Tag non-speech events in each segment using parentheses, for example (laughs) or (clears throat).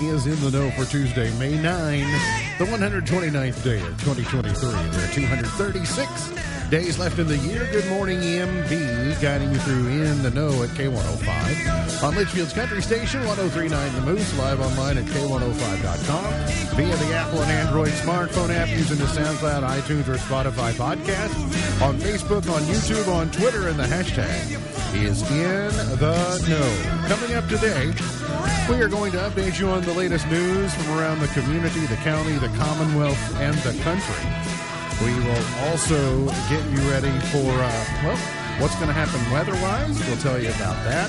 is in the know for Tuesday, May 9, the 129th day of 2023. There are 236 days left in the year. Good morning, MB, guiding you through In the Know at K105. On Litchfield's Country Station, 1039 The Moose, live online at K105.com, via the Apple and Android smartphone app, using the SoundCloud, iTunes, or Spotify podcast, on Facebook, on YouTube, on Twitter, and the hashtag is in the know. Coming up today, we are going to update you on the latest news from around the community, the county, the Commonwealth, and the country. We will also get you ready for, uh, well, what's going to happen weather wise. We'll tell you about that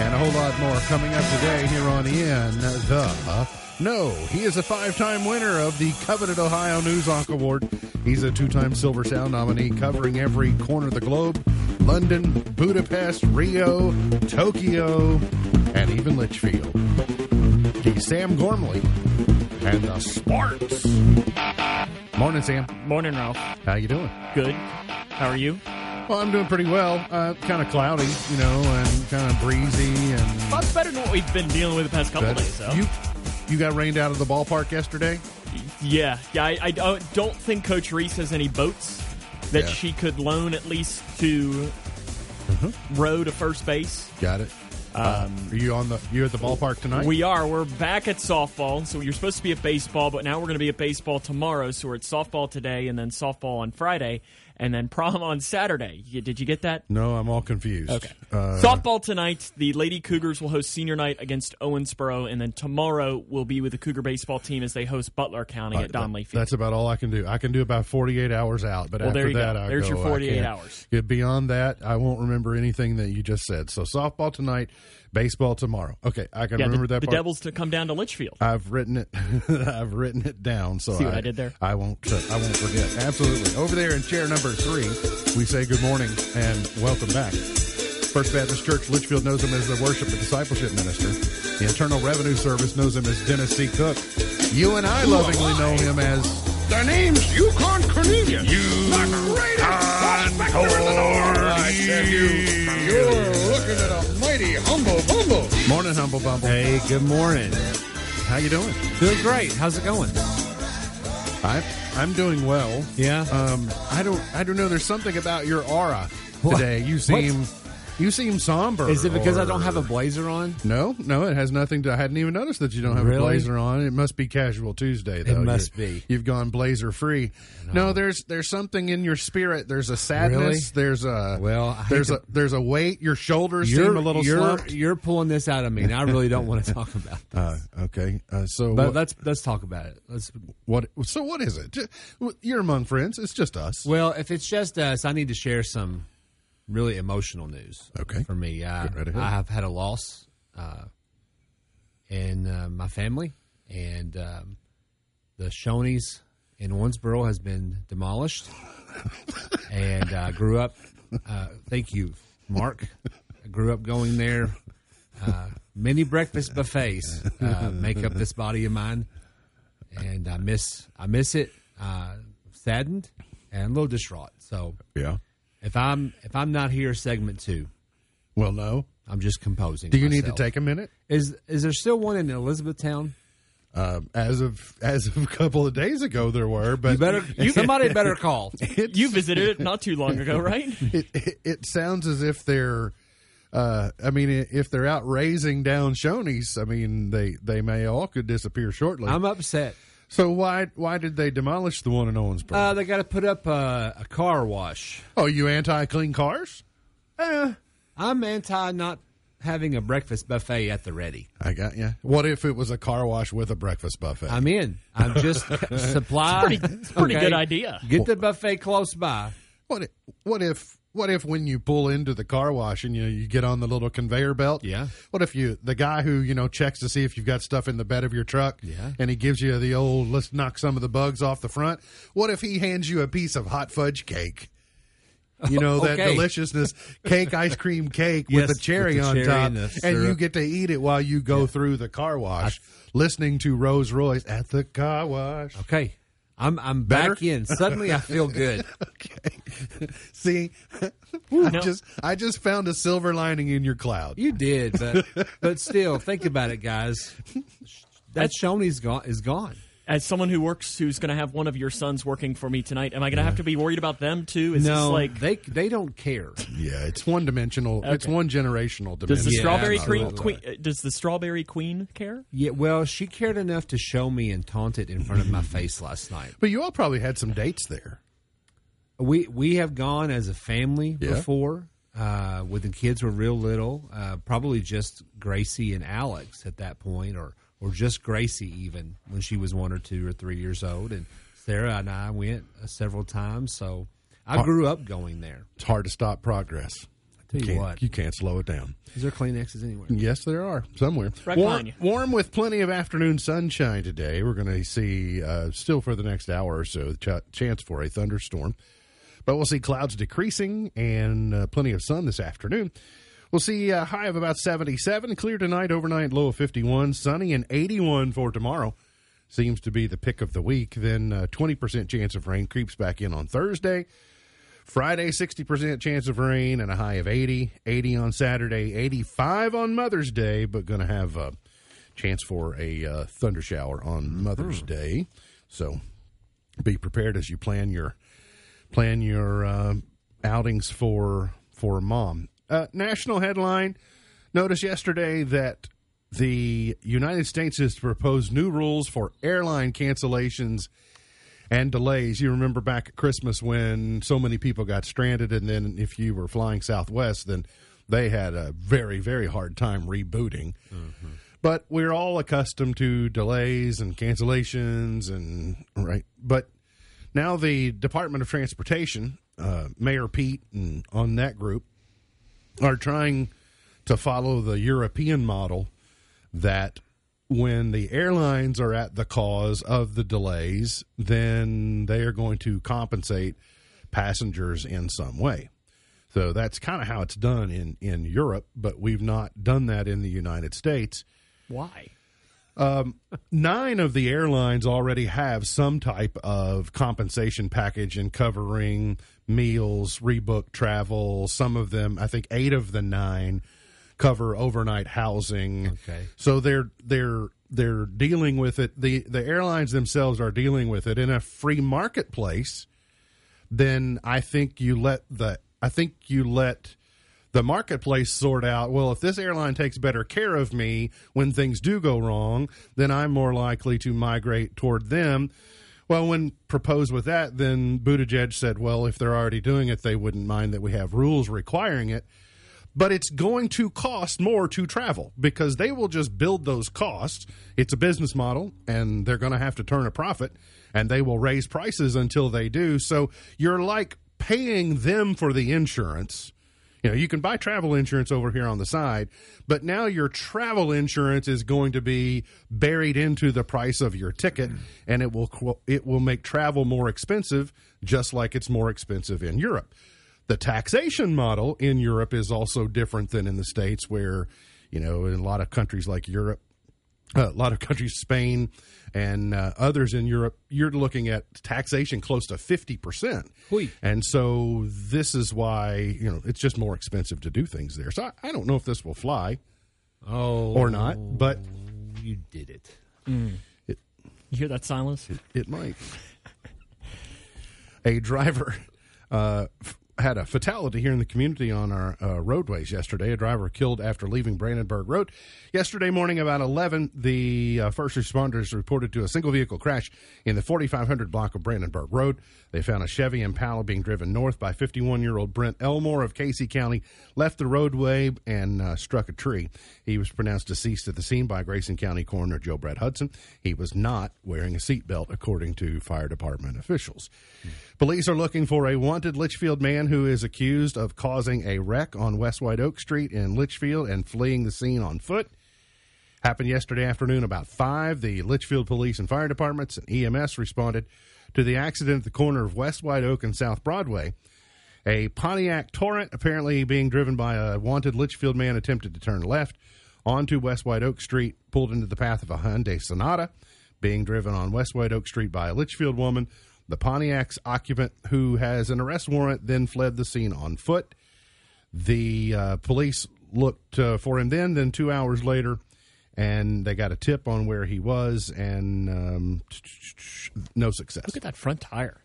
and a whole lot more coming up today here on In the No. He is a five time winner of the coveted Ohio News Hawk Award. He's a two time Silver Sound nominee covering every corner of the globe. London, Budapest, Rio, Tokyo, and even Litchfield. He's Sam Gormley and the Sparks. Morning, Sam. Morning, Ralph. How you doing? Good. How are you? Well, I'm doing pretty well. Uh, kind of cloudy, you know, and kind of breezy, and That's better than what we've been dealing with the past couple but days, though. you you got rained out of the ballpark yesterday. yeah, yeah. I, I don't don't think Coach Reese has any boats that Yeah. she could loan at least to Mm-hmm. row to first base. Got it. Um, are you on the you at the ballpark tonight? We are. We're back at softball. So you're supposed to be at baseball, but now we're going to be at baseball tomorrow. So we're at softball today, and then softball on Friday, and then prom on Saturday. You- Did you get that? no, I'm all confused. Okay. Uh, Softball tonight. The Lady Cougars will host senior night against Owensboro, and then tomorrow will be with the Cougar baseball team as they host Butler County at Donley Field. Uh, That's about all I can do. I can do about 48 hours out, but Well, after there you that, go. I There's go, your I 48 can't. hours. Yeah, beyond that, I won't remember anything that you just said. So softball tonight, baseball tomorrow. Okay, I can yeah, the, remember that. the part. Devils to come down to Litchfield. I've written it. (laughs) I've written it down. So See what I did there? I won't. uh, I won't forget. Absolutely. Over there in chair number three, we say good morning and welcome back. First Baptist Church Litchfield knows him as the Worship and Discipleship Minister. The Internal Revenue Service knows him as Dennis C. Cook. You and I lovingly know him as Their name's Yukon Cornelius. You the greatest prospector in the north. I tell you, you're looking at a mighty humble bumble. Morning Humble Bumble. Hey, good morning. How you doing? Doing great. How's it going? I I'm doing well. Yeah? Um I don't I don't know there's something about your aura today. You seem you seem somber. Is it because I don't or- have a blazer on? No, no, it has nothing to I hadn't even noticed that you don't have a Really? blazer on. It must be casual Tuesday though. must You're- be. You've gone blazer free. No, there's there's something in your spirit. There's a sadness. There's a Well, I hate there's to- a there's a weight. Your shoulders seem a little you're, slumped. you're pulling this out of me, and I really don't want to talk about that. Uh, okay. Uh, so But what, let's let's talk about it. Let's. what- so what is it? Ju- You're among friends. It's just us. Well, if it's just us, I need to share some really emotional news. Okay. For me, I, Get right ahead. I have had a loss uh, in uh, my family, and um, the Shoney's in Owensboro has been demolished. and I grew up. Uh, thank you, Mark. I grew up going there. Uh, many breakfast buffets uh, make up this body of mine, and I miss I miss it. Uh, saddened and a little distraught. So yeah. if I'm if I'm not here, segment two, Well, no. I'm just composing. Do you need to myself. take a minute? Is is there still one in Elizabethtown? Um, as of as of a couple of days ago, there were, but You better (laughs) somebody better call. it's- you visited it not too long (laughs) ago, right? it, it, it sounds as if they're uh, I mean, i- if they're out raising down Shoney's, I mean, they, they may all could disappear shortly. I'm upset. so why why did they demolish the one in Owensboro? Uh, they got to put up a, a car wash. oh, you anti clean cars? I'm anti not having a breakfast buffet at the ready. I got you. What if it was a car wash with a breakfast buffet? I'm in. (laughs) I'm just supply. Pretty, it's a pretty okay? good idea. Get the buffet close by. what if, what if what if when you pull into the car wash and you you get on the little conveyor belt? Yeah. What if you the guy who you know checks to see if you've got stuff in the bed of your truck? Yeah. And he gives you the old let's knock some of the bugs off the front. What if he hands you a piece of hot fudge cake? You know (laughs) that Okay. deliciousness cake ice cream cake Yes, with a cherry with the on cherry top, and the and you syrup. get to eat it while you go through the car wash, listening to Rolls Royce at the car wash. Okay. I'm I'm back Better? in. Suddenly I feel good. Okay. (laughs) See, I just I just found a silver lining in your cloud. (laughs) You did, but but still, think about it, guys. that Shoney's gone is gone. As someone who works, who's going to have one of your sons working for me tonight, am I going to have to be worried about them too? Is this no, like they they don't care. Yeah, it's one dimensional. It's Okay. one generational dimension. does the Yeah, strawberry It's not queen, real queen time. uh, does the strawberry queen care? Yeah, well, she cared enough to show me and taunt it in front of my face last night. But you all probably had some dates there. We we have gone as a family Yeah. before uh, when the kids were real little, uh, probably just Gracie and Alex at that point, or or just Gracie even when she was one or two or three years old. And Sarah and I went uh, several times, so I grew up going there. It's hard to stop progress. I tell you Can't- what, you can't slow it down. is there Kleenexes anywhere? Yes, there are somewhere. Right warm, behind you. warm with plenty of afternoon sunshine today. We're going to see uh, still for the next hour or so the ch- chance for a thunderstorm, but we'll see clouds decreasing and uh, plenty of sun this afternoon. We'll see a high of about 77, clear tonight, overnight low of 51, sunny and 81 for tomorrow. Seems to be the pick of the week. Then uh, 20% chance of rain creeps back in on Thursday. Friday, 60% chance of rain and a high of 80. 80 on Saturday, 85 on Mother's Day, but going to have a chance for a uh, thunder shower on Mother's Day. So be prepared as you plan your plan your uh, outings for for mom. Uh, national headline: Notice yesterday that the United States has proposed new rules for airline cancellations and delays. You remember back at Christmas when so many people got stranded, and then if you were flying Southwest, then they had a very, very hard time rebooting. But we're all accustomed to delays and cancellations, and right. But now the Department of Transportation, uh, Mayor Pete, and on that group are trying to follow the European model that when the airlines are at the cause of the delays, then they are going to compensate passengers in some way. So that's kind of how it's done in, in Europe, but we've not done that in the United States. Why? Nine of the airlines already have some type of compensation package in covering meals, rebook travel. Some of them, I think eight of the nine, cover overnight housing. Okay. So they're they're they're dealing with it. The the airlines themselves are dealing with it in a free marketplace. Then I think you let the I think you let the marketplace sort out. Well, if this airline takes better care of me when things do go wrong, then I'm more likely to migrate toward them. Well, when proposed with that, then Buttigieg said, "Well, if they're already doing it, they wouldn't mind that we have rules requiring it." but it's going to cost more to travel because they will just build those costs. It's a business model and they're going to have to turn a profit and they will raise prices until they do. So you're like paying them for the insurance. You know, you can buy travel insurance over here on the side, but now your travel insurance is going to be buried into the price of your ticket and it will qu- it will make travel more expensive just like it's more expensive in Europe the taxation model in Europe is also different than in the states where you know in a lot of countries like Europe uh, a lot of countries Spain and uh, others in Europe you're looking at taxation close to 50%. Hui. And so this is why you know it's just more expensive to do things there. So I, I don't know if this will fly Oh, or not, but you did it. You hear that silence? It might. a driver uh, f- had a fatality here in the community on our uh, roadways yesterday. A driver killed after leaving Brandenburg Road. Yesterday morning, about 11, the uh, first responders reported to a single vehicle crash in the 4500 block of Brandenburg Road. They found a Chevy Impala being driven north by 51 year old Brent Elmore of Casey County, left the roadway and uh, struck a tree. He was pronounced deceased at the scene by Grayson County Coroner Joe Brett Hudson. He was not wearing a seatbelt, according to fire department officials. Police are looking for a wanted Litchfield man who is accused of causing a wreck on West White Oak Street in Litchfield and fleeing the scene on foot. Happened yesterday afternoon about 5. The Litchfield Police and Fire Departments and EMS responded to the accident at the corner of West White Oak and South Broadway. A Pontiac Torrent, apparently being driven by a wanted Litchfield man, attempted to turn left onto West White Oak Street, pulled into the path of a Hyundai Sonata, being driven on West White Oak Street by a Litchfield woman. The Pontiac's occupant, who has an arrest warrant, then fled the scene on foot. The uh, police looked uh, for him then. Then two hours later, and they got a tip on where he was, and um, no success. Look at that front tire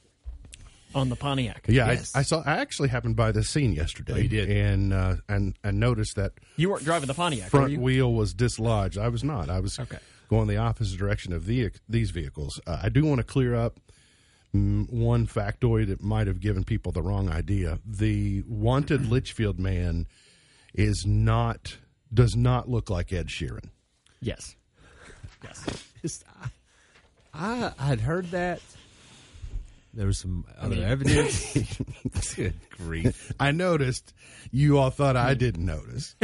on the Pontiac. Yeah, Yes. Oh, I, I saw. I actually happened by this scene yesterday. you did? and uh, and I noticed that You weren't driving the Pontiac, were front you? wheel was dislodged. I was not. I was Okay. going the opposite direction of the these vehicles. Uh, I do want to clear up mm, one factoid that might have given people the wrong idea. The (clears throat) wanted Litchfield man is not does not look like Ed Sheeran. yes. Yes. Just, I, I had heard that. There was some other (laughs) evidence. Good grief! (laughs) I noticed you all thought (laughs) I didn't notice.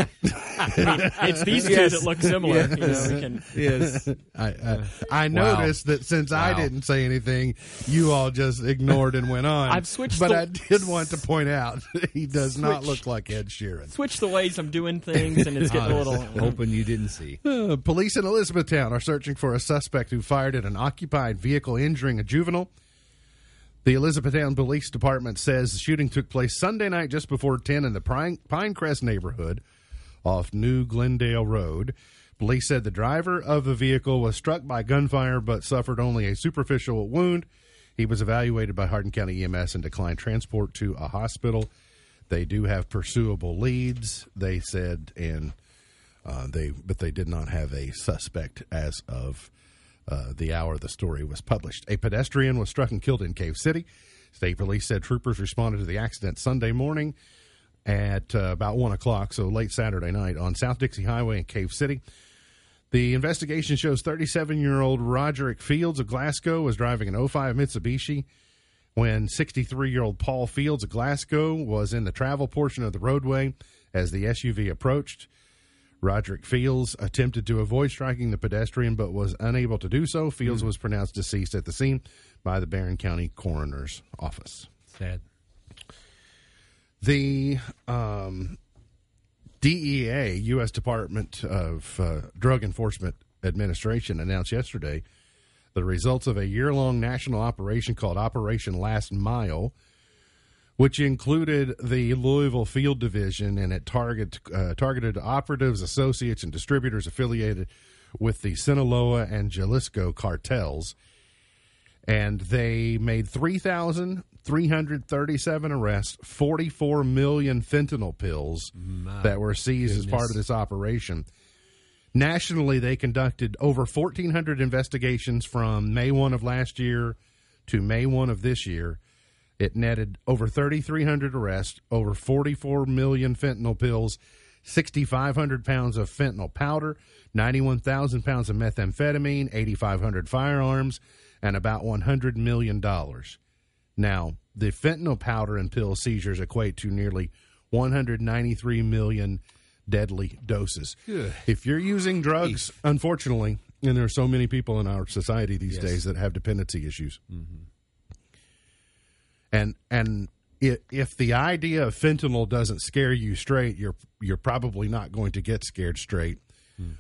It's these two Yes. that look similar. You know, we can, Yes, I, I, Uh, I noticed that since I Wow. didn't say anything, you all just ignored and went on. (laughs) I've switched but the- I did want to point out (laughs) that he does not look like Ed Sheeran. switch the ways I'm doing things, and it's getting (laughs) a I was little. hoping you didn't see. Uh, police in Elizabethtown are searching for a suspect who fired at an occupied vehicle, injuring a juvenile. The Elizabethtown Police Department says the shooting took place Sunday night just before 10 in the Pine- Pinecrest neighborhood off New Glendale Road. Police said the driver of the vehicle was struck by gunfire but suffered only a superficial wound. He was evaluated by Hardin County EMS and declined transport to a hospital. They do have pursuable leads, they said, and uh, they but they did not have a suspect as of uh, the hour the story was published. A pedestrian was struck and killed in Cave City. State police said troopers responded to the accident Sunday morning at uh, about one o'clock, so late Saturday night on South Dixie Highway in Cave City. The investigation shows 37 year old Roderick Fields of Glasgow was driving an 05 Mitsubishi when 63 year old Paul Fields of Glasgow was in the travel portion of the roadway as the SUV approached. Roderick Fields attempted to avoid striking the pedestrian but was unable to do so. Fields was pronounced deceased at the scene by the Barron County Coroner's Office. Sad. The um, E DEA, U.S. Department of uh, Drug Enforcement Administration, announced yesterday the results of a year long national operation called Operation Last Mile, which included the Louisville Field Division and it target, uh, targeted operatives, associates, and distributors affiliated with the Sinaloa and Jalisco cartels and they made 3,337 arrests, 44 million fentanyl pills that were seized as part of this operation. Nationally, they conducted over 1,400 investigations from May 1 of last year to May 1 of this year. It netted over 3,300 arrests, over 44 million fentanyl pills, 6,500 pounds of fentanyl powder, 91,000 pounds of methamphetamine, 8,500 firearms, and about $100 million. Now, the fentanyl powder and pill seizures equate to nearly 193 million deadly doses. If you're using drugs, unfortunately, and there are so many people in our society these days that have dependency issues and and if, if the idea of fentanyl doesn't scare you straight, you're you're probably not going to get scared straight.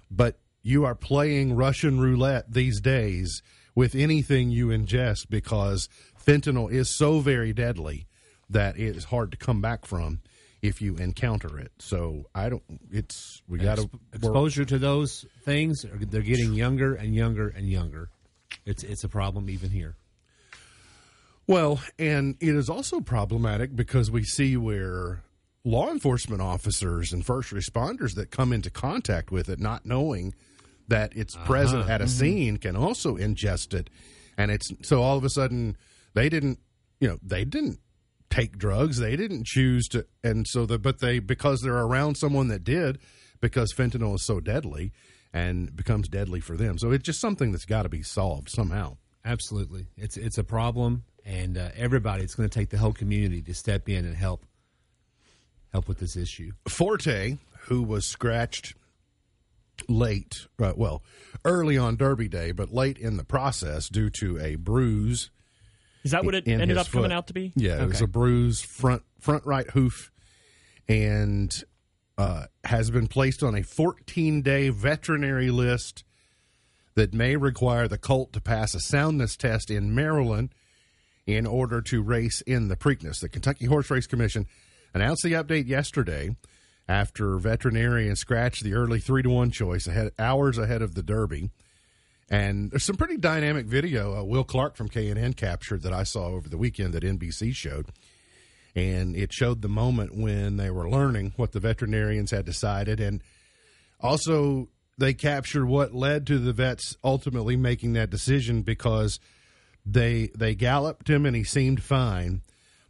But you are playing Russian roulette these days with anything you ingest because fentanyl is so very deadly that it is hard to come back from if you encounter it. So I don't. It's we got to Exposure to those things, are- they're getting younger and younger and younger. It's it's a problem even here. Well, and it is also problematic because we see where law enforcement officers and first responders that come into contact with it, not knowing that it's present at a scene, can also ingest it. And it's so all of a sudden they didn't, you know, they didn't take drugs, they didn't choose to, and so the but they because they're around someone that did, because fentanyl is so deadly and becomes deadly for them. So it's just something that's got to be solved somehow. Absolutely, it's it's a problem, and uh, everybody. It's going to take the whole community to step in and help help with this issue. Forte, who was scratched late, uh, well, early on Derby Day, but late in the process due to a bruise. Is that what it in ended his up coming foot. out to be? Yeah, it was a bruise front front right hoof, and uh, has been placed on a 14 day veterinary list that may require the colt to pass a soundness test in Maryland in order to race in the Preakness. The Kentucky Horse Race Commission announced the update yesterday after veterinarian scratched the early three to one choice ahead hours ahead of the Derby. And there's some pretty dynamic video uh, Will Clark from KNN captured that I saw over the weekend that NBC showed. And it showed the moment when they were learning what the veterinarians had decided. And also, they captured what led to the vets ultimately making that decision because they they galloped him and he seemed fine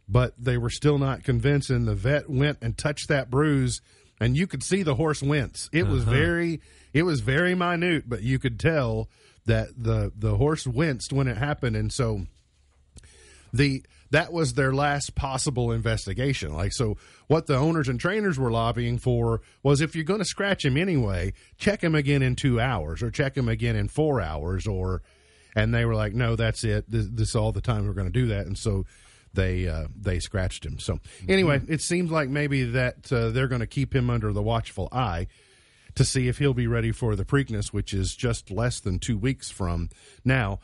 but they were still not convincing the vet went and touched that bruise and you could see the horse wince it was very it was very minute but you could tell that the the horse winced when it happened and so the that was their last possible investigation. Like so, what the owners and trainers were lobbying for was if you're going to scratch him anyway, check him again in two hours, or check him again in four hours, or and they were like, no, that's it. This, this is all the time we're going to do that, and so they uh, they scratched him. So anyway, it seems like maybe that uh, they're going to keep him under the watchful eye to see if he'll be ready for the Preakness, which is just less than two weeks from now.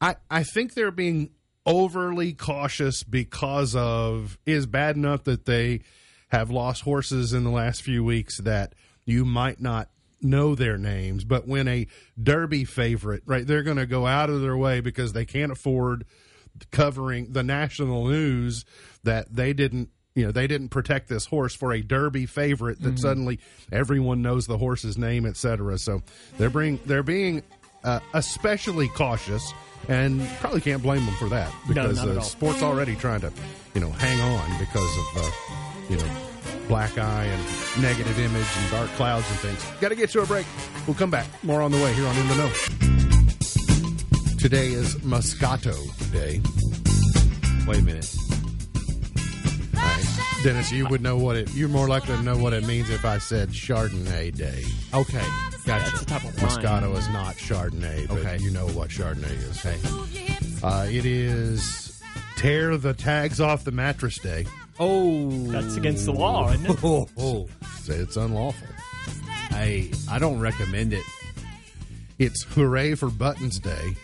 I, I think they're being overly cautious because of it is bad enough that they have lost horses in the last few weeks that you might not know their names but when a derby favorite right they're going to go out of their way because they can't afford covering the national news that they didn't you know they didn't protect this horse for a derby favorite Mm-hmm. that suddenly everyone knows the horse's name etc so they're bring they're being uh, especially cautious and probably can't blame them for that because not at uh, all. sports already trying to you know hang on because of uh, you know black eye and negative image and dark clouds and things got to get to a break we'll come back more on the way here on in the know today is moscato day Wait a minute. Dennis, you would know what it. You're more likely to know what it means if I said Chardonnay Day. Okay, That's the gotcha. top of line. Moscato is not Chardonnay, but Okay. you know what Chardonnay is. Okay. Uh, it is tear the tags off the mattress day. Oh, That's against the law, isn't it? Oh, oh. So it's unlawful. I I don't recommend it. It's hooray for buttons (laughs) day.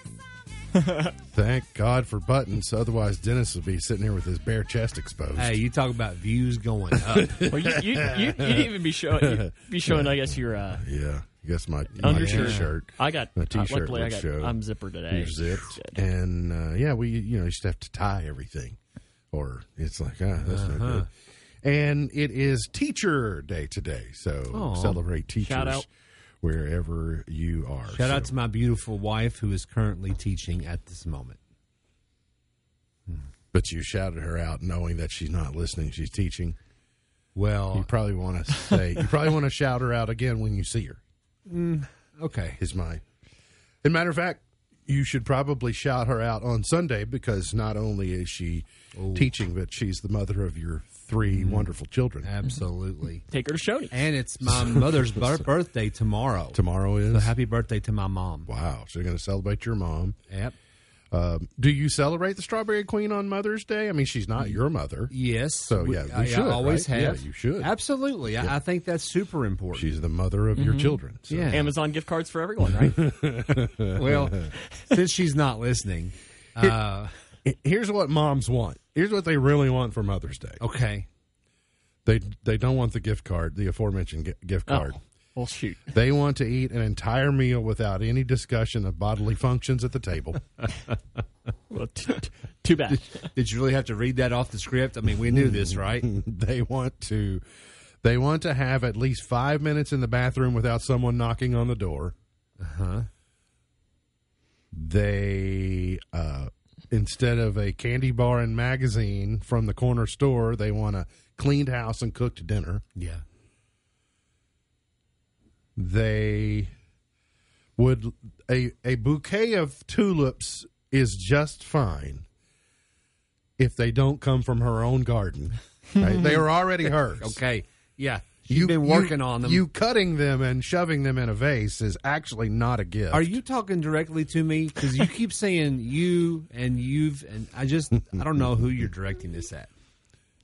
Thank God for buttons. Otherwise, Dennis would be sitting here with his bare chest exposed. Hey, you talk about views going (laughs) up. Well, you, you, you, you'd even (laughs) be showing, you'd be showing, I guess, your uh, Yeah, I guess my, my undershirt. t-shirt. I got. My uh, t-shirt luckily, I would got. show. I'm zipper today. You're zipped. Shit. And uh, yeah, we you know you just have to tie everything, or it's like ah, that's no Uh-huh. good. And it is Teacher Day today, so Aw. celebrate teachers Shout out. wherever you are. Shout out So- to my beautiful wife who is currently teaching at this moment. but you shouted her out, knowing that she's not listening; she's teaching. You Well, probably want to say you probably want to shout her out again when you see her. okay. Is my, as a matter of fact, you should probably shout her out on Sunday because not only is she Oh. teaching, but she's the mother of your three Mm-hmm. wonderful children. (laughs) Absolutely. Take her to Shoney. And it's my (laughs) mother's bir- birthday tomorrow. Tomorrow is So happy birthday to my mom. wow. So you're going to celebrate your mom. Yep. Do you celebrate the Strawberry Queen on Mother's Day? I mean, she's Mm. not your mother. Yes. So, yeah, we I, I should, always right? Yeah, have. you should. Absolutely. I, I think that's super (laughs) important. She's the mother of your children. So. Mm-hmm. Yeah. Amazon gift cards for everyone, (laughs) right? well, since she's not listening. Uh, H- Here's what moms want. Here's what they really want for Mother's Day. okay. They they don't want the gift card, the aforementioned gi- gift Oh. card. Well, shoot. They want to eat an entire meal without any discussion of bodily functions at the table. Well, t- t- too bad. Did you really have to read that off the script? I mean, we knew this, (laughs) right? they want to they want to have at least five minutes in the bathroom without someone knocking on the door. They uh, instead of a candy bar and magazine from the corner store, they want a cleaned house and cooked dinner. Yeah. They would a a bouquet of tulips is just fine if they don't come from her own garden. Right? they are already hers. Okay. Yeah. You've been working you- on them. You cutting them and shoving them in a vase is actually not a gift. Are you talking directly to me? Because you keep saying you and you've, and I just, I don't know who you're directing this at.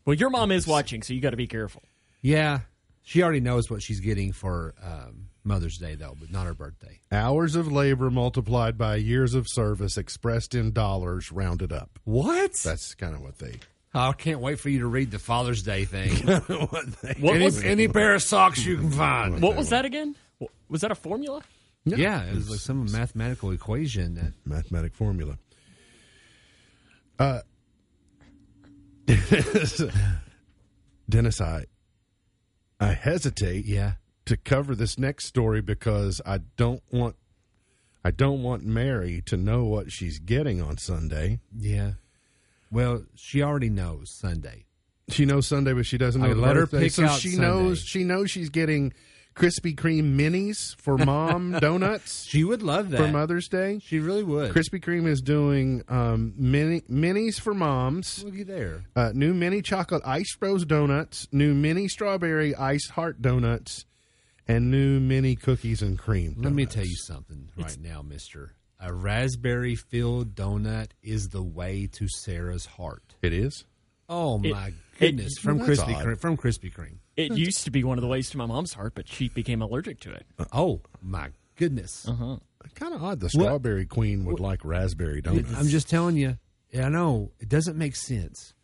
Well, your mom is watching, so you got to be careful. Yeah. She already knows what she's getting for um, Mother's Day, though, but not her birthday. Hours of labor multiplied by years of service expressed in dollars rounded up. What? That's kind of what they I can't wait for you to read the Father's Day (laughs) thing. What any, was- any pair of socks you can find. What was that again? Wh- Was that a formula? Yeah, it was like some mathematical equation that mathematic formula. Uh, (laughs) Dennis, I I hesitate yeah. to cover this next story because I don't want I don't want Mary to know what she's getting on Sunday. Yeah. Well, she already knows Sunday. She knows Sunday, but she doesn't know I the let her birthday, pick so out she Sunday. knows she knows she's getting Krispy Kreme minis for (laughs) mom donuts She would love that. for Mother's Day. She really would. Krispy Kreme is doing um, mini minis for moms. looky there. uh, new mini chocolate ice rose donuts, new mini strawberry ice heart donuts, and new mini cookies and cream. Let me tell you something right now, mister. A raspberry filled donut is the way to Sarah's heart. it is. Oh my it- goodness. from Well, that's Krispy odd. Kreme, from Krispy Kreme. It used to be one of the ways to my mom's heart, but she became allergic to it. Oh my goodness. Kind of odd. The strawberry queen would like raspberry donuts. I'm just telling you. I know it doesn't make sense,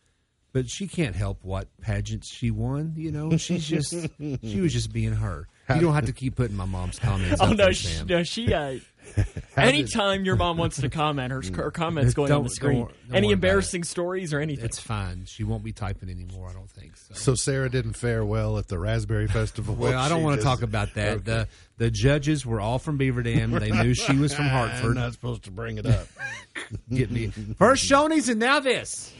but she can't help what pageants she won. You know, she's (laughs) just she was just being her. You don't have to keep putting my mom's (laughs) comments. Oh up there, no, she, Sam. no, she. (laughs) Uh, anytime your mom wants to comment, her, her comments going on Don't- the don't screen. wor- don't Any worry about embarrassing stories or anything? It's fine. She won't be typing anymore. I don't think so. so Sarah didn't fare well at the raspberry festival. Well, I don't She want to just- talk about that. The the judges were all from Beaver Dam. They knew she (laughs) was from I'm Hartford. not supposed to bring it up. Get me first Shoney's and now this.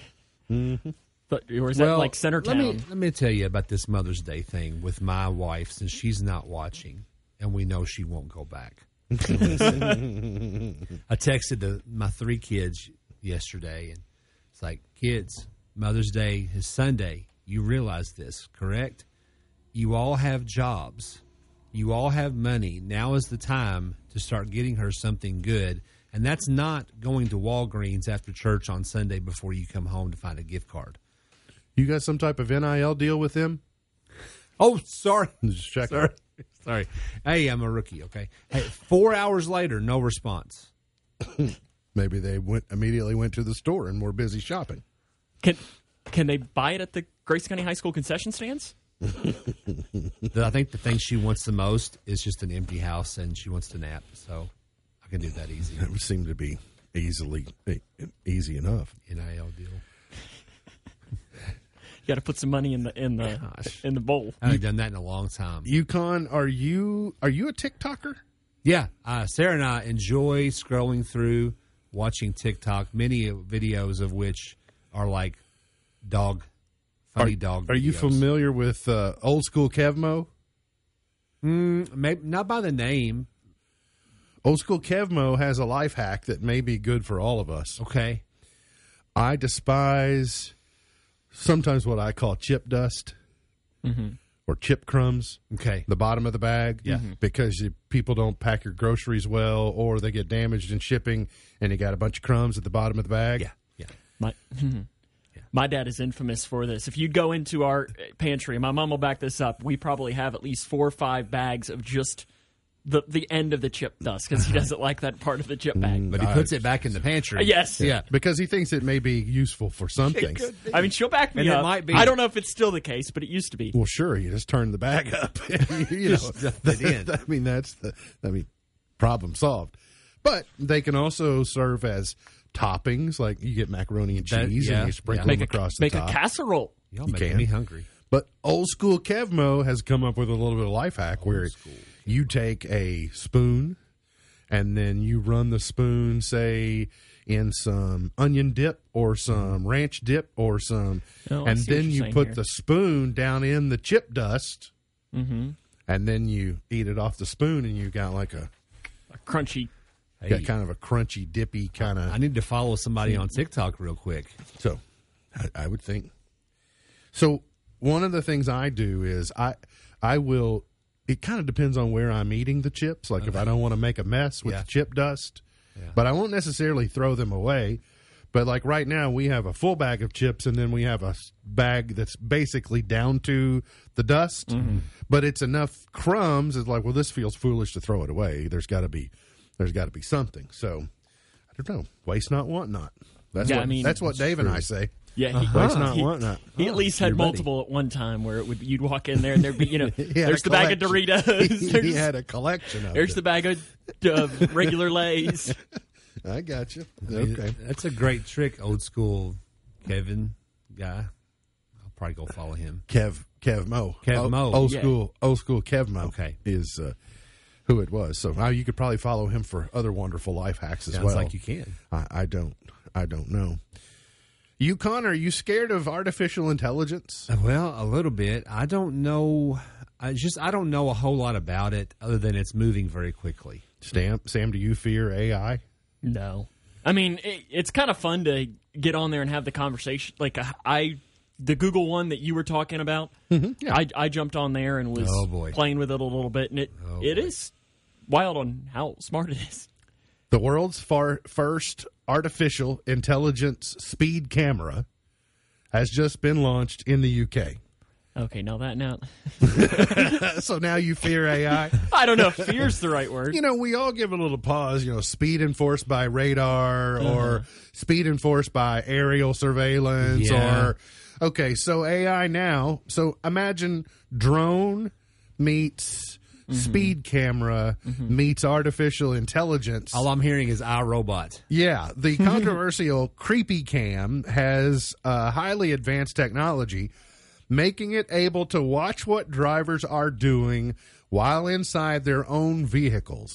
But- or is that like center let town? me let me tell you about this Mother's Day thing with my wife since she's not watching, and we know she won't go back. I texted the, my three kids yesterday, and it's like, kids, Mother's Day is Sunday. You realize this, correct? You all have jobs. You all have money. Now is the time to start getting her something good. And that's not going to Walgreens after church on Sunday before you come home to find a gift card. (laughs) You got some type of NIL deal with him? Oh, sorry. (laughs) Just check. Sorry. Sorry. Hey, I'm a rookie, okay? Hey, four hours later, no response. Maybe they went immediately went to the store and were busy shopping. Can can they buy it at the Grace County High School concession stands? The- I think the thing she wants the most is just an empty house and she wants to nap. So I can do that easy. It would seem to be easily e- easy enough. NIL deal. You got to put some money in the in the Gosh. in the bowl. I haven't done that in a long time. UConn, are you are you a TikToker? Yeah. Uh, Sarah and I enjoy scrolling through, watching TikTok, many videos of which are like dog, funny dog Are you videos. familiar with uh, old school Kevmo? Maybe, Mm, not by the name. Old school Kevmo has a life hack that may be good for all of us. Okay. I despise sometimes what I call chip dust or chip crumbs, Mm-hmm. Okay. the bottom of the bag, yeah. because you, people don't pack your groceries well or they get damaged in shipping and you got a bunch of crumbs at the bottom of the bag. Yeah. Yeah. My my dad is infamous for this. If you'd go into our pantry, and my mom will back this up, we probably have at least four or five bags of just the the end of the chip dust because he doesn't like that part of the chip bag. But he puts it back in the pantry. Yes. Yeah. Because he thinks it may be useful for (laughs) something. I mean, she'll back me And it up. might be- I don't know if it's still the case, but it used to be. Well, sure, you just turn the bag up. (laughs) you know, dump it (laughs) in. I mean, that's the. I mean, problem solved. But they can also serve as toppings, like you get macaroni and That- cheese, yeah, and you sprinkle yeah. them Make a across make the a top. casserole. Y'all You making can. me hungry. but old school Kevmo has come up with a little bit of life hack where you take a spoon and then you run the spoon, say, in some onion dip or some ranch dip or some, Oh, I and see what then you're you saying put here. the spoon down in the chip dust, Mm-hmm. and then you eat it off the spoon, and you got like a A crunchy. got kind of a crunchy, dippy kind I of. need to follow somebody on TikTok real quick. So, I, I would think. So one of the things I do is I I will. It kind of depends on where I'm eating the chips. Like if I don't want to make a mess with Yeah. the chip dust, but I won't necessarily throw them away. But like right now, we have a full bag of chips, and then we have a s- bag that's basically down to the dust. Mm-hmm. But it's enough crumbs. It's like, well, this feels foolish to throw it away. There's got to be, there's got to be something. So I don't know. Waste not, want not. That's Yeah, what I mean- that's what Dave and I say. Yeah, he, Blake's not he, wanting it. he at least had your buddy. multiple at one time where it would you'd walk in there and there'd be you know had there's a the bag of collection. (laughs) Doritos, he there's, had a collection of there's the it. bag of of regular Lay's. I got you. Okay. Okay. That's a great trick, old school Kevin guy. I'll probably go follow him. Kev Kev Mo. Kev O- Mo. Old Yeah. school old school Kev Mo Okay. is uh, who it was. So now you could probably follow him for other wonderful life hacks as Sounds well. like you can. I, I don't I don't know. Yukon, are you scared of artificial intelligence? Well, a little bit. I don't know. I just I don't know a whole lot about it other than it's moving very quickly. Sam, Sam, do you fear AI? No, I mean it, it's kind of fun to get on there and have the conversation. Like I, I the Google one that you were talking about, I, I jumped on there and was Oh, boy. playing with it a little bit, and it Oh, it boy. is wild on how smart it is. The world's far first artificial intelligence speed camera has just been launched in the UK. Okay, now that now (laughs) So now you fear AI? (laughs) I don't know if fear's the right word. you know, we all give a little pause, you know, speed enforced by radar or speed enforced by aerial surveillance Yeah. or okay, so AI now. So imagine drone meets speed camera meets artificial intelligence. All I'm hearing is iRobot. Yeah, the controversial creepy cam has uh, highly advanced technology, making it able to watch what drivers are doing while inside their own vehicles.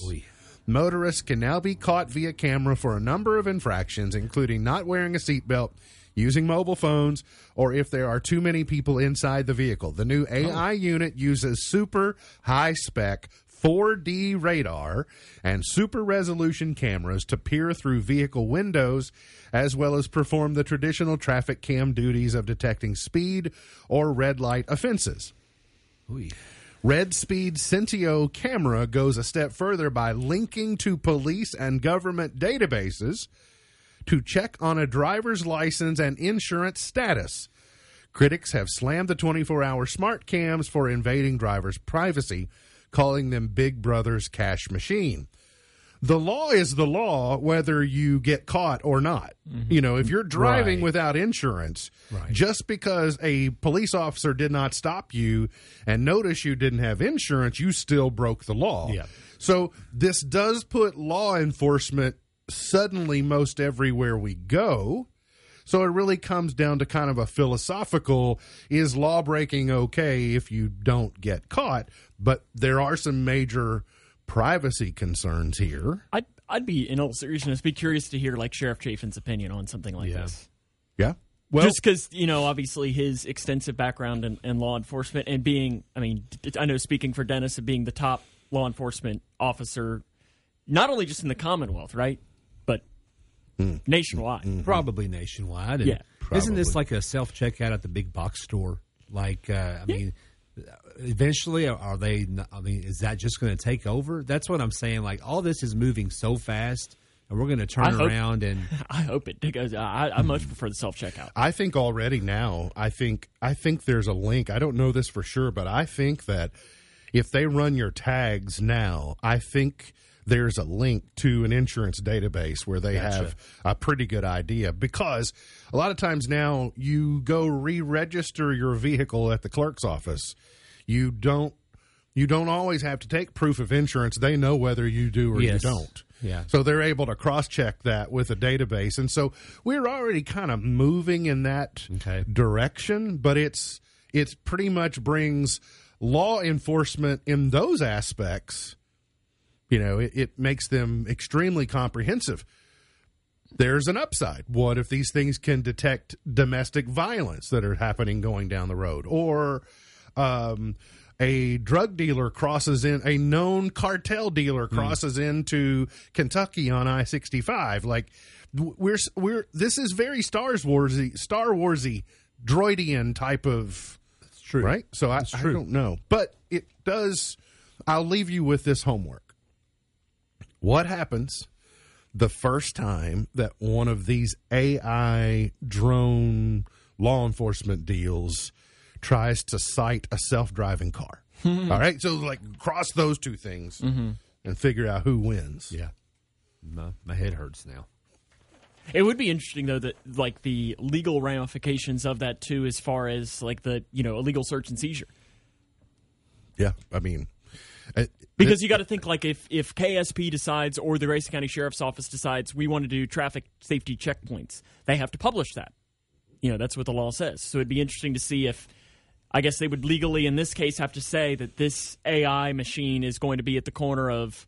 Motorists can now be caught via camera for a number of infractions, including not wearing a seatbelt, using mobile phones, or if there are too many people inside the vehicle. The new AI unit uses super high spec 4D radar and super resolution cameras to peer through vehicle windows, as well as perform the traditional traffic cam duties of detecting speed or red light offenses. Ooh. Red Speed Sentio camera goes a step further by linking to police and government databases to check on a driver's license and insurance status. Critics have slammed the 24 hour smart cams for invading drivers' privacy, calling them Big Brother's cash machine. The law is the law, whether you get caught or not. You know, if you're driving Mm-hmm. Right. without insurance, Right. just because a police officer did not stop you and notice you didn't have insurance, you still broke the law. Yeah. So this does put law enforcement suddenly most everywhere we go. So it really comes down to kind of a philosophical is law breaking okay if you don't get caught? But there are some major privacy concerns here. I'd I'd be in all seriousness be curious to hear like Sheriff Chafin's opinion on something like Yeah. this. Yeah. Well, Just because you know, obviously his extensive background in, in law enforcement and being, I mean, d- I know speaking for Dennis of being the top law enforcement officer, not only just in the Commonwealth, right, but nationwide. probably nationwide. And Yeah. Isn't this like a self checkout at the big box store? Like, uh, I mean, eventually, are- are they? n- I mean, is that just going to take over? That's what I'm saying. Like, all this is moving so fast, and we're going to I turn hope- (laughs) around and (laughs) I hope it goes. I, I much prefer the self checkout. I think already now, I think I think there's a link. I don't know this for sure, but I think that if they run your tags now, I think there's a link to an insurance database where they have a pretty good idea because a lot of times now you go re-register your vehicle at the clerk's office. You don't you don't always have to take proof of insurance. They know whether you do or Yes. you don't. Yeah. So they're able to cross check that with a database. And so we're already kind of moving in that Okay. direction, but it's it's pretty much brings law enforcement in those aspects, you know, it, it makes them extremely comprehensive. There's an upside. What if these things can detect domestic violence that are happening going down the road? Or um, a drug dealer crosses in, a known cartel dealer crosses into Kentucky on I sixty five. Like w- we're s- we're this is very Stars Warsy, Star Warsy, droidian type of it's true, right. So I, I don't know, but it does. I'll leave you with this homework. What happens the first time that one of these AI drone law enforcement deals tries to cite a self driving car. All right. So, like, cross those two things and figure out who wins. Yeah, my, my head hurts now. It would be interesting though that like the legal ramifications of that too, as far as like the you know illegal search and seizure. Yeah, I mean, uh, I- Because you got to think like if if KSP decides or the Grayson County Sheriff's Office decides we want to do traffic safety checkpoints, they have to publish that. You know that's what the law says. So it'd be interesting to see if I guess they would legally in this case have to say that this AI machine is going to be at the corner of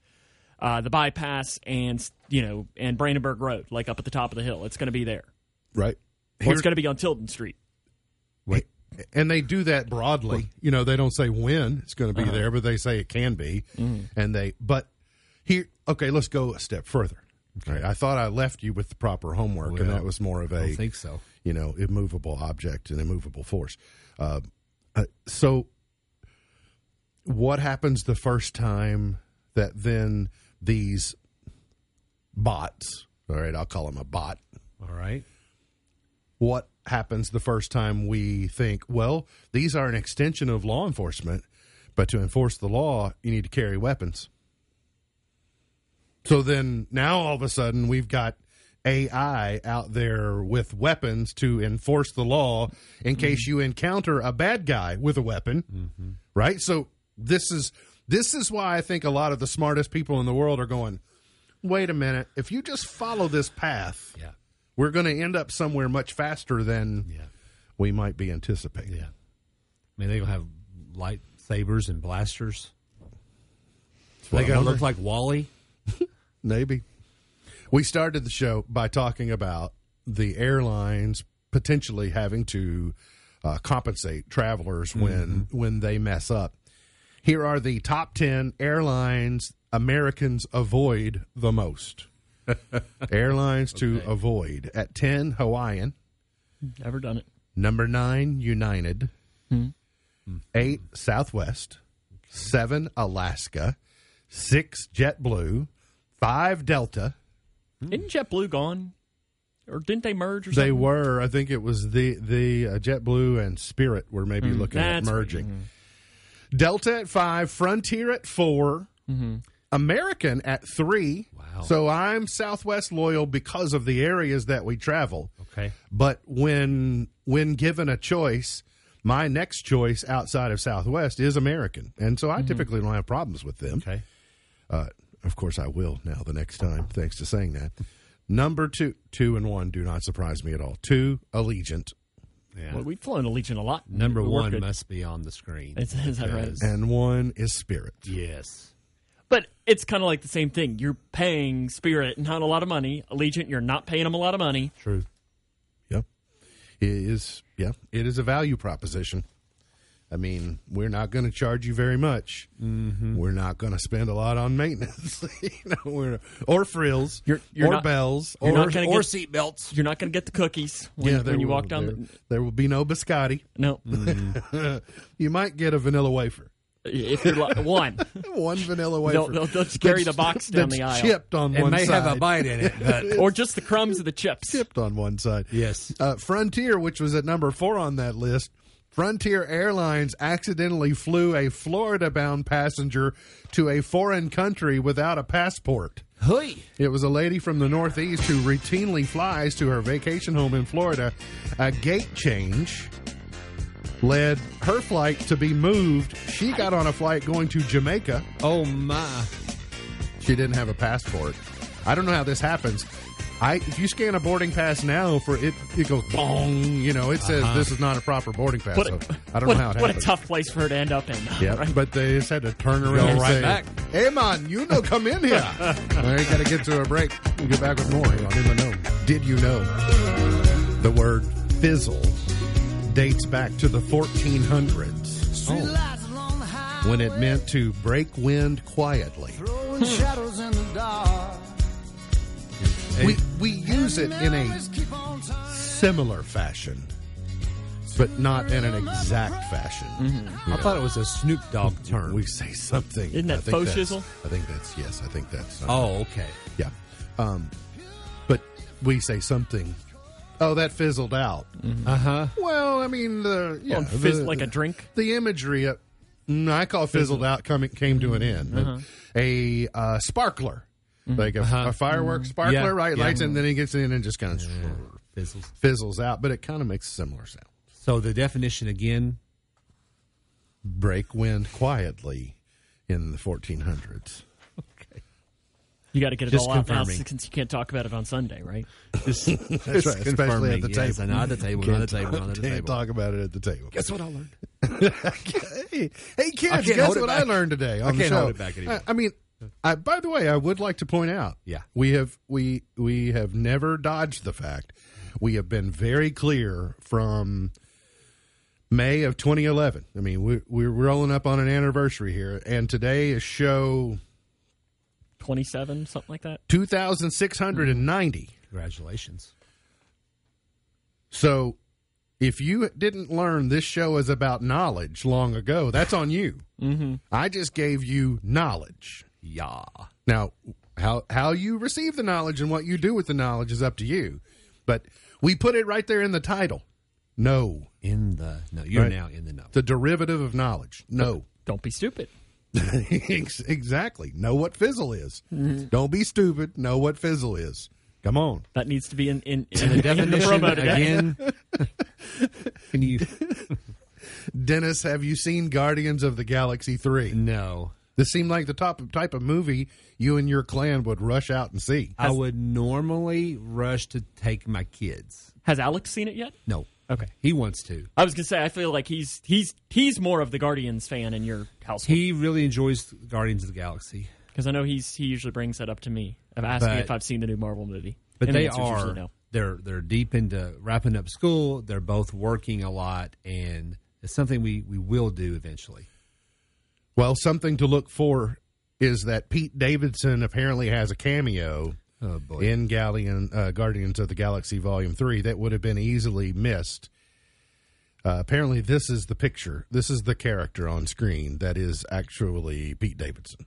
uh, the bypass and you know and Brandenburg Road, like up at the top of the hill. It's going to be there. right? Or Here- it's going to be on Tilden Street. Wait. And they do that broadly. You know, they don't say when it's going to Uh-huh. be there, but they say it can be. Mm-hmm. And they, but here, okay, let's go a step further. All right, I thought I left you with the proper homework, and Well, that was more of a, I don't think so. you know, immovable object and immovable force. Uh, uh, so, what happens the first time that then these bots, all right, I'll call them a bot, All right. what happens the first time we think, well, these are an extension of law enforcement, but to enforce the law, you need to carry weapons. So then now all of a sudden we've got AI out there with weapons to enforce the law in case you encounter a bad guy with a weapon, right? So this is this is why I think a lot of the smartest people in the world are going, wait a minute, if you just follow this path, Yeah. we're going to end up somewhere much faster than Yeah. we might be anticipating. Yeah. I mean, they gonna have lightsabers and blasters. They They gotta gonna look learn- like Wally. Maybe. We started the show by talking about the airlines potentially having to uh, compensate travelers when when they mess up. Here are the top 10 airlines Americans avoid the most. airlines to avoid. At 10, Hawaiian. Never done it. Number nine, United. Hmm. Eight, Southwest. Seven, Alaska. Six, JetBlue. Five, Delta. Isn't JetBlue gone? Or didn't they merge or something? They were. I think it was the the uh, JetBlue and Spirit were maybe looking at Hmm. That's- merging. Delta at five, Frontier at 4 Mm-hmm. American at three. Wow. So I'm Southwest loyal because of the areas that we travel. Okay. But when when given a choice, my next choice outside of Southwest is American, and so I Mm-hmm. typically don't have problems with them. Okay. Uh, of course, I will now the next time. Thanks to saying that. Number two, two and one do not surprise me at all. Two, Allegiant, Yeah. Well, we've flown Allegiant a lot. Number We're one good. must be on the screen. Is, is that right? because- and one is Spirit. Yes. But it's kind of like the same thing. You're paying Spirit not a lot of money. Allegiant, you're not paying them a lot of money. True. Yep, it is. Yeah, it is a value proposition. I mean, we're not going to charge you very much. Mm-hmm. We're not going to spend a lot on maintenance, (laughs) you know, we're, or frills, You're- you're or not- bells, you're or not gonna Or get- seatbelts. You're not going to get the cookies when, there when you will- walk down. there, The, Mm. there will be no biscotti. no, Mm-hmm. (laughs) you might get a vanilla wafer. if you're li- one, One vanilla wafer. they'll, they'll just carry the that's- box down that's the aisle, Chipped on It one may side. have a bite in it, but (laughs) or just the crumbs of the chips. Chipped on one side. yes. Uh, Frontier, which was at number four on that list, Frontier Airlines accidentally flew a Florida bound passenger to a foreign country without a passport. Hey. It was a lady from the Northeast who routinely flies to her vacation home in Florida. A gate change led her flight to be moved. She got on a flight going to Jamaica. Oh my. She didn't have a passport. I don't know how this happens. I if you scan a boarding pass now for it, it goes bong. You know, it says this is not a proper boarding pass. Uh-huh. What so a- I don't what, know how it what a happened. tough place for her to end up in. (laughs) Yeah, right? but they just had to turn around and right say, back. "Hey, man, you know, come in (laughs) here." All right, got to get to a break. We'll get back with more here on In the Know. Did you know the word fizzle dates back to the 1400s Streetlights along the highway, when it meant to break wind quietly? throwing Hmm. shadows in the dark. We we use it in a Memories keep on turning. similar fashion, but not in an exact fashion. I thought it was a Snoop Dogg term. Mm-hmm. We say something. Isn't that I think faux that's- shizzle? I think that's yes. I think that's oh, okay. yeah. Um, but we say something. Oh, that fizzled out. Uh huh. Well, I mean the yeah, Well, and fizz- the- like a drink. the imagery. Uh, Uh-huh. mm, I call fizzled out coming came to an end. A uh, sparkler like a, a firework sparkler, Mm-hmm. Yeah, right? yeah. Lights, it, and then he gets in and just kind of Fizzles. fizzles out. But it kind of makes a similar sound. So the definition again. Break wind quietly in the 1400s. You got to get it Just all out now confirming. since you can't talk about it on Sunday, right? (laughs) That's That's right, especially at the yes, table. Not at the table. Not at the table. Not at the Can't table. talk about it at the table. Guess what I learned? hey, hey, I kids, can't guess hold it what I back. learned today? On the can't hold show? it back anymore. I, I mean, I, by the way, I would like to point out. Yeah. we have we we have never dodged the fact. We have been very clear from May of 2011. I mean, we, we're rolling up on an anniversary here, and today is show 27, something like that. 2,690. Congratulations. So if you didn't learn this show is about knowledge long ago, that's on you. Mm-hmm. I just gave you knowledge. Yeah. Now, how how you receive the knowledge and what you do with the knowledge is up to you. But we put it right there in the title. No, In the no, you're Right. now in the no. the derivative of knowledge. No, (laughs) Don't be stupid. Ex- exactly. Know what fizzle is. Don't be stupid. Know what fizzle is. Come on. That needs to be in, in, in, The in the definition promo today. again. (laughs) Can you? Dennis, have you seen Guardians of the Galaxy 3? No, This seemed like the top type of movie you and your clan would rush out and see. I would normally rush to take my kids. Has Alex seen it yet? No, Okay. he wants to. I was gonna say I feel like he's he's he's more of the Guardians fan in your household He really enjoys Guardians of the Galaxy, because I know he's he usually brings that up to me. I've asked me But- if I've seen the new Marvel movie, but And the they answer's usually are no. they're they're deep into wrapping up school. They're both working a lot, and it's something we we will do eventually. Well, something to look for is that Pete Davidson apparently has a cameo Oh boy! in Galleon, uh, Guardians of the Galaxy Volume 3 that would have been easily missed. Uh, apparently, this is the picture. This is the character on screen that is actually Pete Davidson.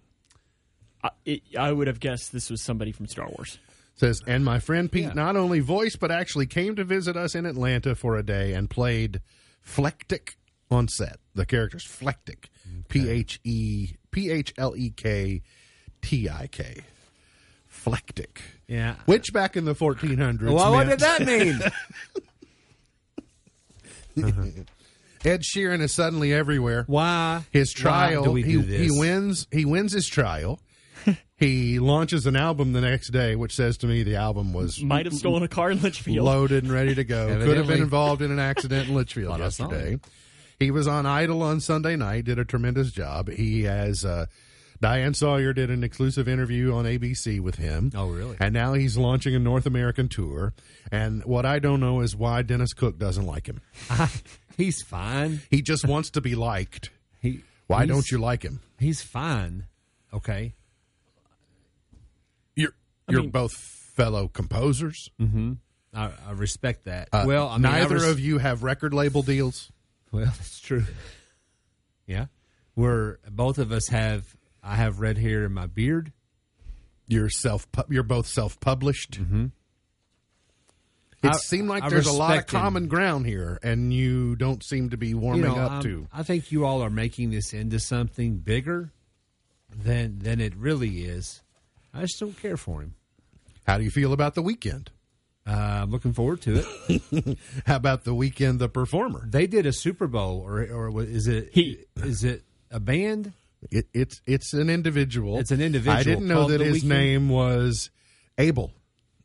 I, it, I would have guessed this was somebody from Star Wars. Says, and my friend Pete not only voiced, but actually came to visit us in Atlanta for a day and played Flectic on set. The character's Flectic. P H E P H L E K T I K. Flectic. Yeah. Which back in the 1400s. well, what meant- did that mean? Ed Sheeran is suddenly everywhere. (laughs) Why His Why trial, do we he, do this? he wins. He wins his (laughs) trial. he launches an album the next day, which says to me the album was Might have stolen a car in Litchfield. loaded and ready to (laughs) go. Could have Evidently. been involved in an accident in (laughs) Litchfield Lot of songs. yesterday. He was on Idol on Sunday night. Did a tremendous job. He has uh, Diane Sawyer did an exclusive interview on ABC with him. Oh, really? And now he's launching a North American tour. And what I don't know is why Dennis Cook doesn't like him. (laughs) He's fine. He just wants to be liked. He. Why he's- don't you like him? He's fine. Okay. You're you're both fellow composers. I, I respect that. Uh, well, I mean, neither of you have record label deals. Well, (laughs) that's true. Yeah, we're both of us have. I have red hair in my beard. You're self. You're both self published. It Mm-hmm. I- seemed like I there's a lot of respect him. common ground here, and you don't seem to be warming You know, up I'm- to. I think you all are making this into something bigger than than it really is. I just don't care for him. How do you feel about the weekend? Uh, I'm looking forward to (laughs) it. How about the weekend? The performer. they did a Super Bowl, or or wa- is it He- is it a band? It, it's it's an individual. It's an individual I didn't know called that The his Weeknd? name was Abel,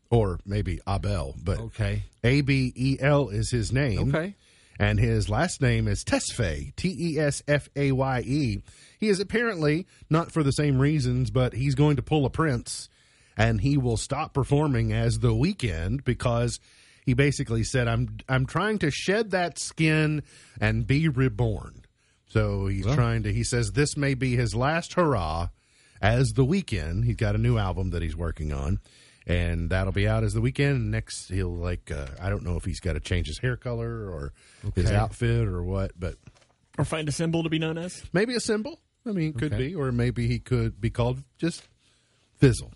or maybe Abel, but Okay, A B E L is his name. Okay. And his last name is Tesfaye, T E S F A Y E. He is apparently not for the same reasons, but he's going to pull a Prince and he will stop performing as The Weekend because he basically said I'm I'm trying to shed that skin and be reborn. So he's trying to he says this may be his last hurrah as The Weekend. He's got a new album that he's working on, and that'll be out as The Weekend. Next, he'll like uh, I don't know if he's got to change his hair color or his Okay. outfit or what, but Or find a symbol to be known as. maybe a symbol. I mean, it could Okay. be, or maybe he could be called just Fizzle.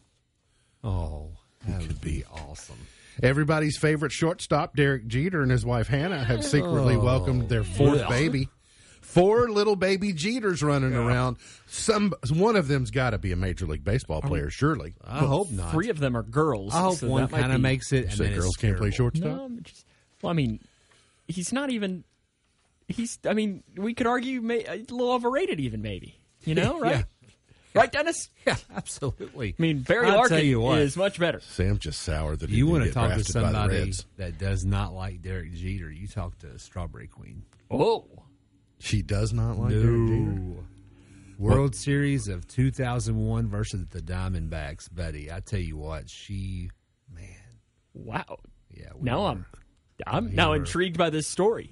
oh, that would be awesome. Everybody's Oh. favorite shortstop, Derek Jeter, and his wife Hannah have secretly welcomed their fourth Yeah. baby. Four little baby Jeters running around. Some one of them's got to be a major league baseball player, surely. I hope not. Three of them are girls. I hope so one that might kind of be- makes it. And Say then it's girls can't play terrible. shortstop. No, I'm just, well, I mean, he's not even. He's. I mean, we could argue may, uh, a little overrated, even maybe. You (laughs) know, right? Right, Dennis. (laughs) Yeah, absolutely. I mean, Barry I'll Larkin tell you what, is much better. Sam just soured that he You want want to talk to somebody that does not like Derek Jeter? You talk to Strawberry Queen. Oh, She does not like Derek Jeter. World Series of 2001 versus the Diamondbacks, buddy. I tell you what, she, man, wow. yeah. we Now were- I'm, I'm now were- intrigued by this story.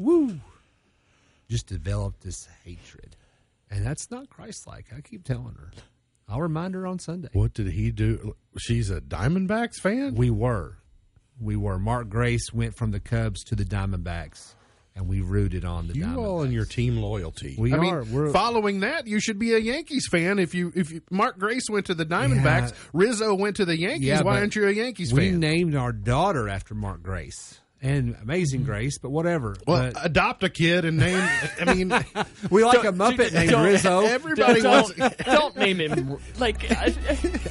just developed this hatred, and that's not Christ-like. I keep telling her. I'll remind her on Sunday. What did he do? She's a Diamondbacks fan. We were, we were. Mark Grace went from the Cubs to the Diamondbacks, and we rooted on the. you Diamondbacks. all and your team loyalty. We I are. Mean, We're- following that, you should be a Yankees fan. If you if you, Mark Grace went to the Diamondbacks, Yeah. Rizzo went to the Yankees. Yeah, why but aren't you a Yankees we fan? named our daughter after Mark Grace and Amazing Grace, but whatever. Mm-hmm. well, uh, But adopt a kid and name. I (laughs) mean, (laughs) we like a Muppet named don't- Rizzo. everybody wants don't, don't name him like I-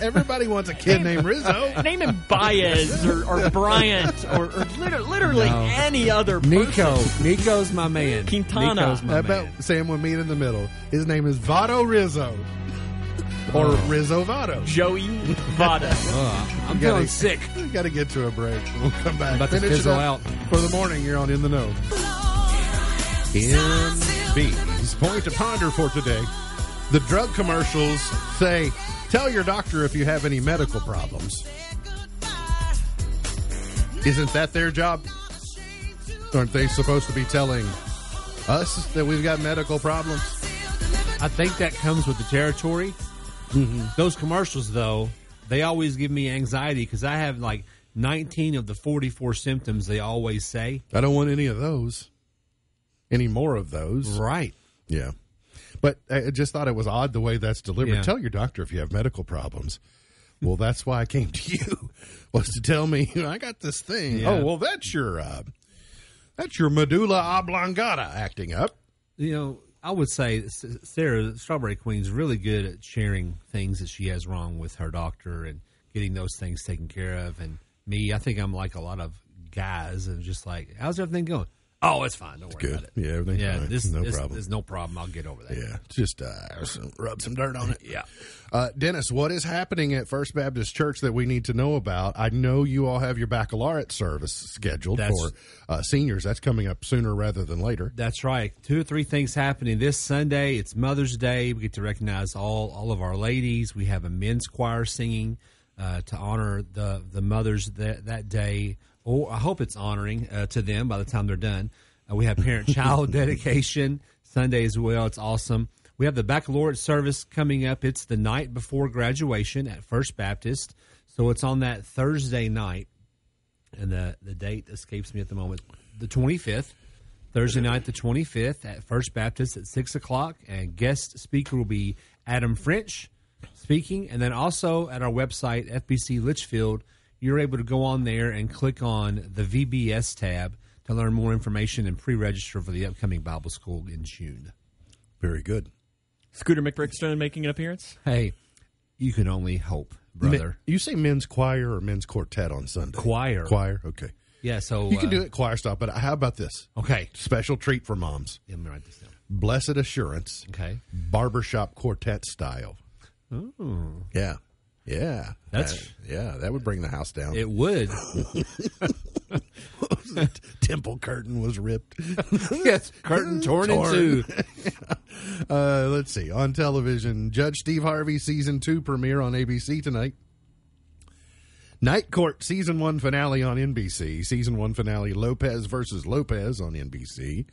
everybody wants a kid named (laughs) Rizzo. Oh, name him Baez or, or Bryant or, or literally, literally No. any other person. Nico, Nico's my man. Quintana. Nico's my How about man. Sam would meet in the middle? His name is Votto Rizzo, Oh. or Rizzo Votto. Joey Vada. Ugh, Gotta- I'm feeling sick. Got to get to a break. We'll come back. about to Finish it fizzle up out. for the morning. You're on in the know. MB's point to ponder for today. The drug commercials say, "Tell your doctor if you have any medical problems." Isn't that their job? Aren't they supposed to be telling us that we've got medical problems? I think that comes with the territory. Mm-hmm. Those commercials, though, they always give me anxiety because I have like 19 of the 44 symptoms they always say. I don't want any of those. Any more of those? Right. Yeah. But I I just thought it was odd the way that's delivered. Yeah. Tell your doctor if you have medical problems. Well, that's why I came to you (laughs) was to tell me I got this thing. Yeah. Oh, well, that's your uh, that's your medulla oblongata acting up. you know, I would say S- Sarah Strawberry Queen's really good at sharing things that she has wrong with her doctor and getting those things taken care of. And me, I think I'm like a lot of guys and just like, how's everything going? Oh, it's fine. Don't worry Good. about it. Yeah, everything's yeah. fine. This, No this- problem. There's no problem. I'll get over that. Yeah, just uh, some- rub some dirt on (laughs) it. Yeah. Uh, Dennis, what is happening at First Baptist Church that we need to know about? I know you all have your baccalaureate service scheduled That's- for uh, seniors. That's coming up sooner rather than later. That's right. Two or three things happening this Sunday. It's Mother's Day. We get to recognize all all of our ladies. We have a men's choir singing uh, to honor the the mothers that that day. Or I hope it's honoring uh, to them by the time they're done. Uh, we have parent child (laughs) dedication Sunday as well. It's awesome. We have the baccalaureate service coming up. It's the night before graduation at First Baptist, so it's on that Thursday night and the the date escapes me at the moment. The twenty fifth, Thursday night, the twenty fifth at First Baptist at six o'clock, and guest speaker will be Adam French speaking, and then also at our website FBC Litchfield, you're able to go on there and click on the VBS tab to learn more information and pre-register for the upcoming Bible school in June. Very good. Scooter McBrickstone making an appearance. Hey, you can only hope, brother. Men- you say men's choir or men's quartet on Sunday? Choir. Choir, okay. yeah, so You can uh, do it choir style, but how about this? Okay, Special treat for moms. let me write this down. Blessed Assurance, Okay, barbershop quartet style. Ooh. Yeah. Yeah. That's- That- yeah, that would bring the house down. it would. (laughs) Temple curtain was ripped. (laughs) yes, curtain torn, Torn. (laughs) in two. Uh, let's see. On television, Judge Steve Harvey season two premiere on ABC tonight. Night Court season one finale on NBC. Season one finale Lopez versus Lopez on NBC.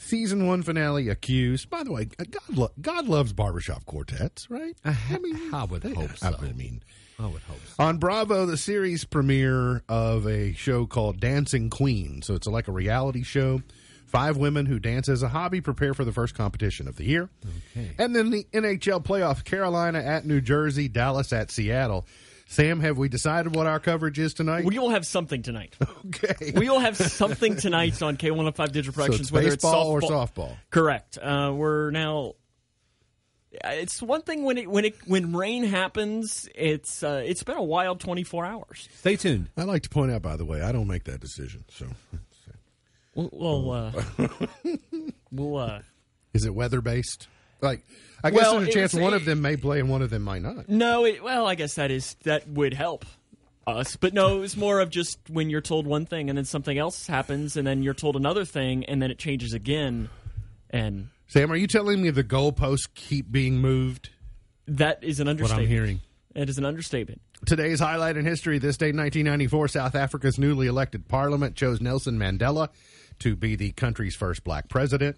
Season one finale Accused. By the way, God lo- God loves barbershop quartets, right? I mean, Uh, I would hope so. I mean, I would hope so. on Bravo, the series premiere of a show called Dancing Queen. So it's like a reality show. Five women who dance as a hobby prepare for the first competition of the year. Okay. And then the NHL playoff Carolina at New Jersey, Dallas at Seattle. Sam, have we decided what our coverage is tonight? We will have something tonight. okay. We will have something tonight on K105 so Digital Productions, it's whether baseball it's softball. or softball. Correct. Uh, we're now. uh, It's one thing when it when it when rain happens. It's uh, it's been a wild twenty four hours. Stay tuned. I like to point out, by the way, I don't make that decision. So, We'll we'll uh, we'll, uh is it weather based? Like, I guess Well, there's a it chance was- one of it- them may play and one of them might not. no. It, well, I guess that is that would help us, but no, it's more of just when you're told one thing and then something else happens, and then you're told another thing, and then it changes again, and Sam, are you telling me the goalposts keep being moved? that is an What understatement. I'm hearing. That is an understatement. Today's highlight in history this day, 1994, South Africa's newly elected parliament chose Nelson Mandela to be the country's first black president.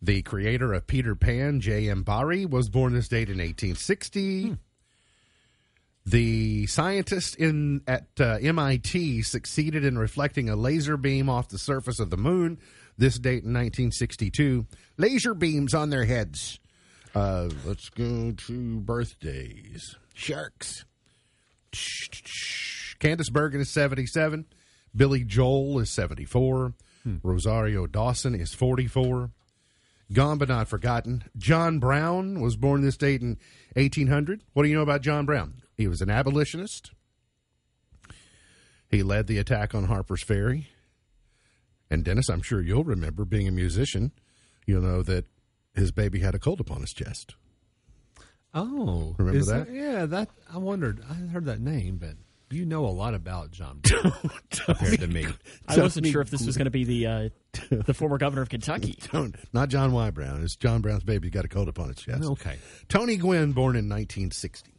The creator of Peter Pan, J.M. Barrie, was born this date in 1860. The scientist in at uh, MIT succeeded in reflecting a laser beam off the surface of the moon this date in 1962. Laser beams on their heads. Uh, let's go to birthdays. Sharks. Candace Bergen is 77. Billy Joel is 74. Rosario Dawson is 44. Gone but not forgotten. John Brown was born this date in 1800. What do you know about John Brown? He was an abolitionist. He led the attack on Harper's Ferry. And Dennis, I'm sure you'll remember being a musician, you'll know that his baby had a cold upon his chest. Oh, Remember is that? Yeah, that I wondered. I heard that name, but you know a lot about (laughs) John Brown compared to me. I wasn't sure if this was going to be the uh, the former governor of Kentucky. Don't- Not John Y. Brown. It's John Brown's baby got a cold upon his chest. Okay. Tony Gwynn, born in 1960.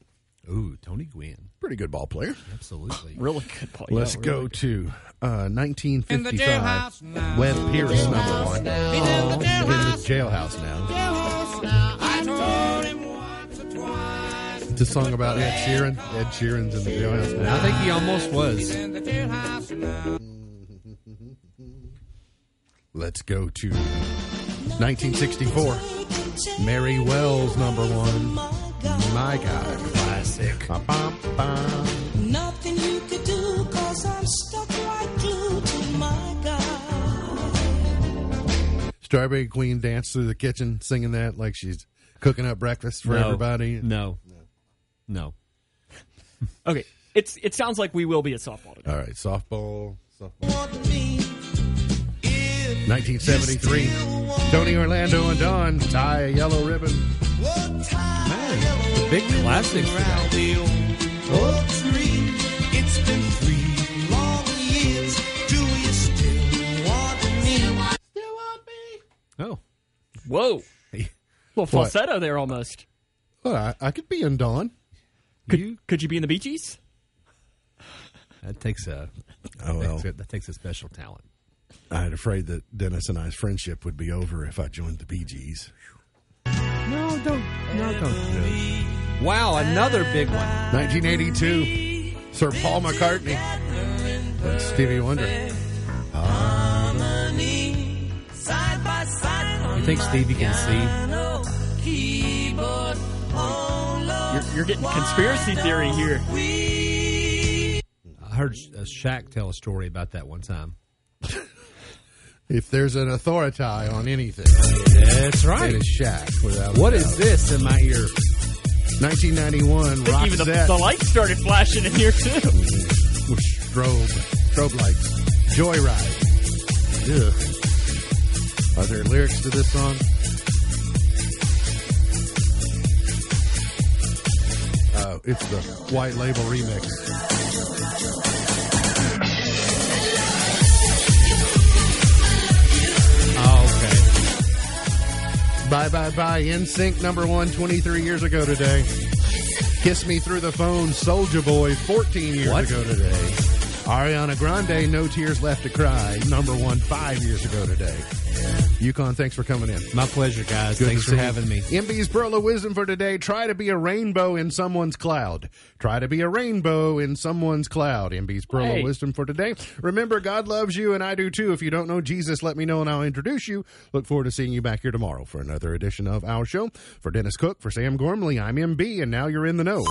Ooh, Tony Gwynn. Pretty good ball player. Absolutely. Really good point. Let's go to uh, 1955. In the jailhouse now. Webb Pierce, number one. He's in the In the jailhouse. jailhouse now. jailhouse now. I told him once or twice. It's a song about Ed Sheeran. Ed Sheeran's in the jailhouse I now. think he almost was. In the jailhouse now. Let's go to 1964. Mary Wells, number one. My God. Classic. Ba-bum-bum. Nothing you could do, cause I'm stuck like glue to my God. Strawberry Queen danced through the kitchen singing that like she's cooking up breakfast for No. everybody. No. No. Okay, it's it sounds like we will be at softball today. All right, softball. softball. Want me? 1973. Tony Orlando and Don tie a yellow ribbon. Man, the big classics today. Oh. Whoa, well falsetto there almost. Well, I, I could be in Don. Could You- could you be in the Bee Gees? That takes a Oh, that well. takes a, that takes a special talent. I'd afraid that Dennis and I's friendship would be over if I joined the Bee Gees. No, don't no don't do it. Wow, another big one. 1982. Sir Paul McCartney and Stevie Wonder. Side by side on You think Stevie can see? no keyboard. Oh, Lord, You're, you're getting conspiracy theory here. I heard Sh- uh, Shaq tell a story about that one time. If there's an authority on anything, That's it is Shaq. Without a What doubt. is this in my ear? 1991. I think even the, Roxette. the lights started flashing in here too. with strobe, strobe lights, joyride. Ugh. Are there lyrics to this song? Oh, it's the White Label remix. Oh, Bye bye bye. In sync number one, 23 years ago today. Kiss Me Through the Phone, Soldier Boy, 14 years What? ago today. Ariana Grande, No Tears Left to Cry, number one, five years ago today. Yukon, thanks for coming in. okay. My pleasure, guys. Good Thanks to for see you. having me. MB's Pearl of Wisdom for today. Try to be a rainbow in someone's cloud. Try to be a rainbow in someone's cloud. MB's Pearl Hey. of Wisdom for today. Remember, God loves you and I do too. If you don't know Jesus, let me know and I'll introduce you. Look forward to seeing you back here tomorrow for another edition of our show. For Dennis Cook, for Sam Gormley, I'm MB, and now you're in the know.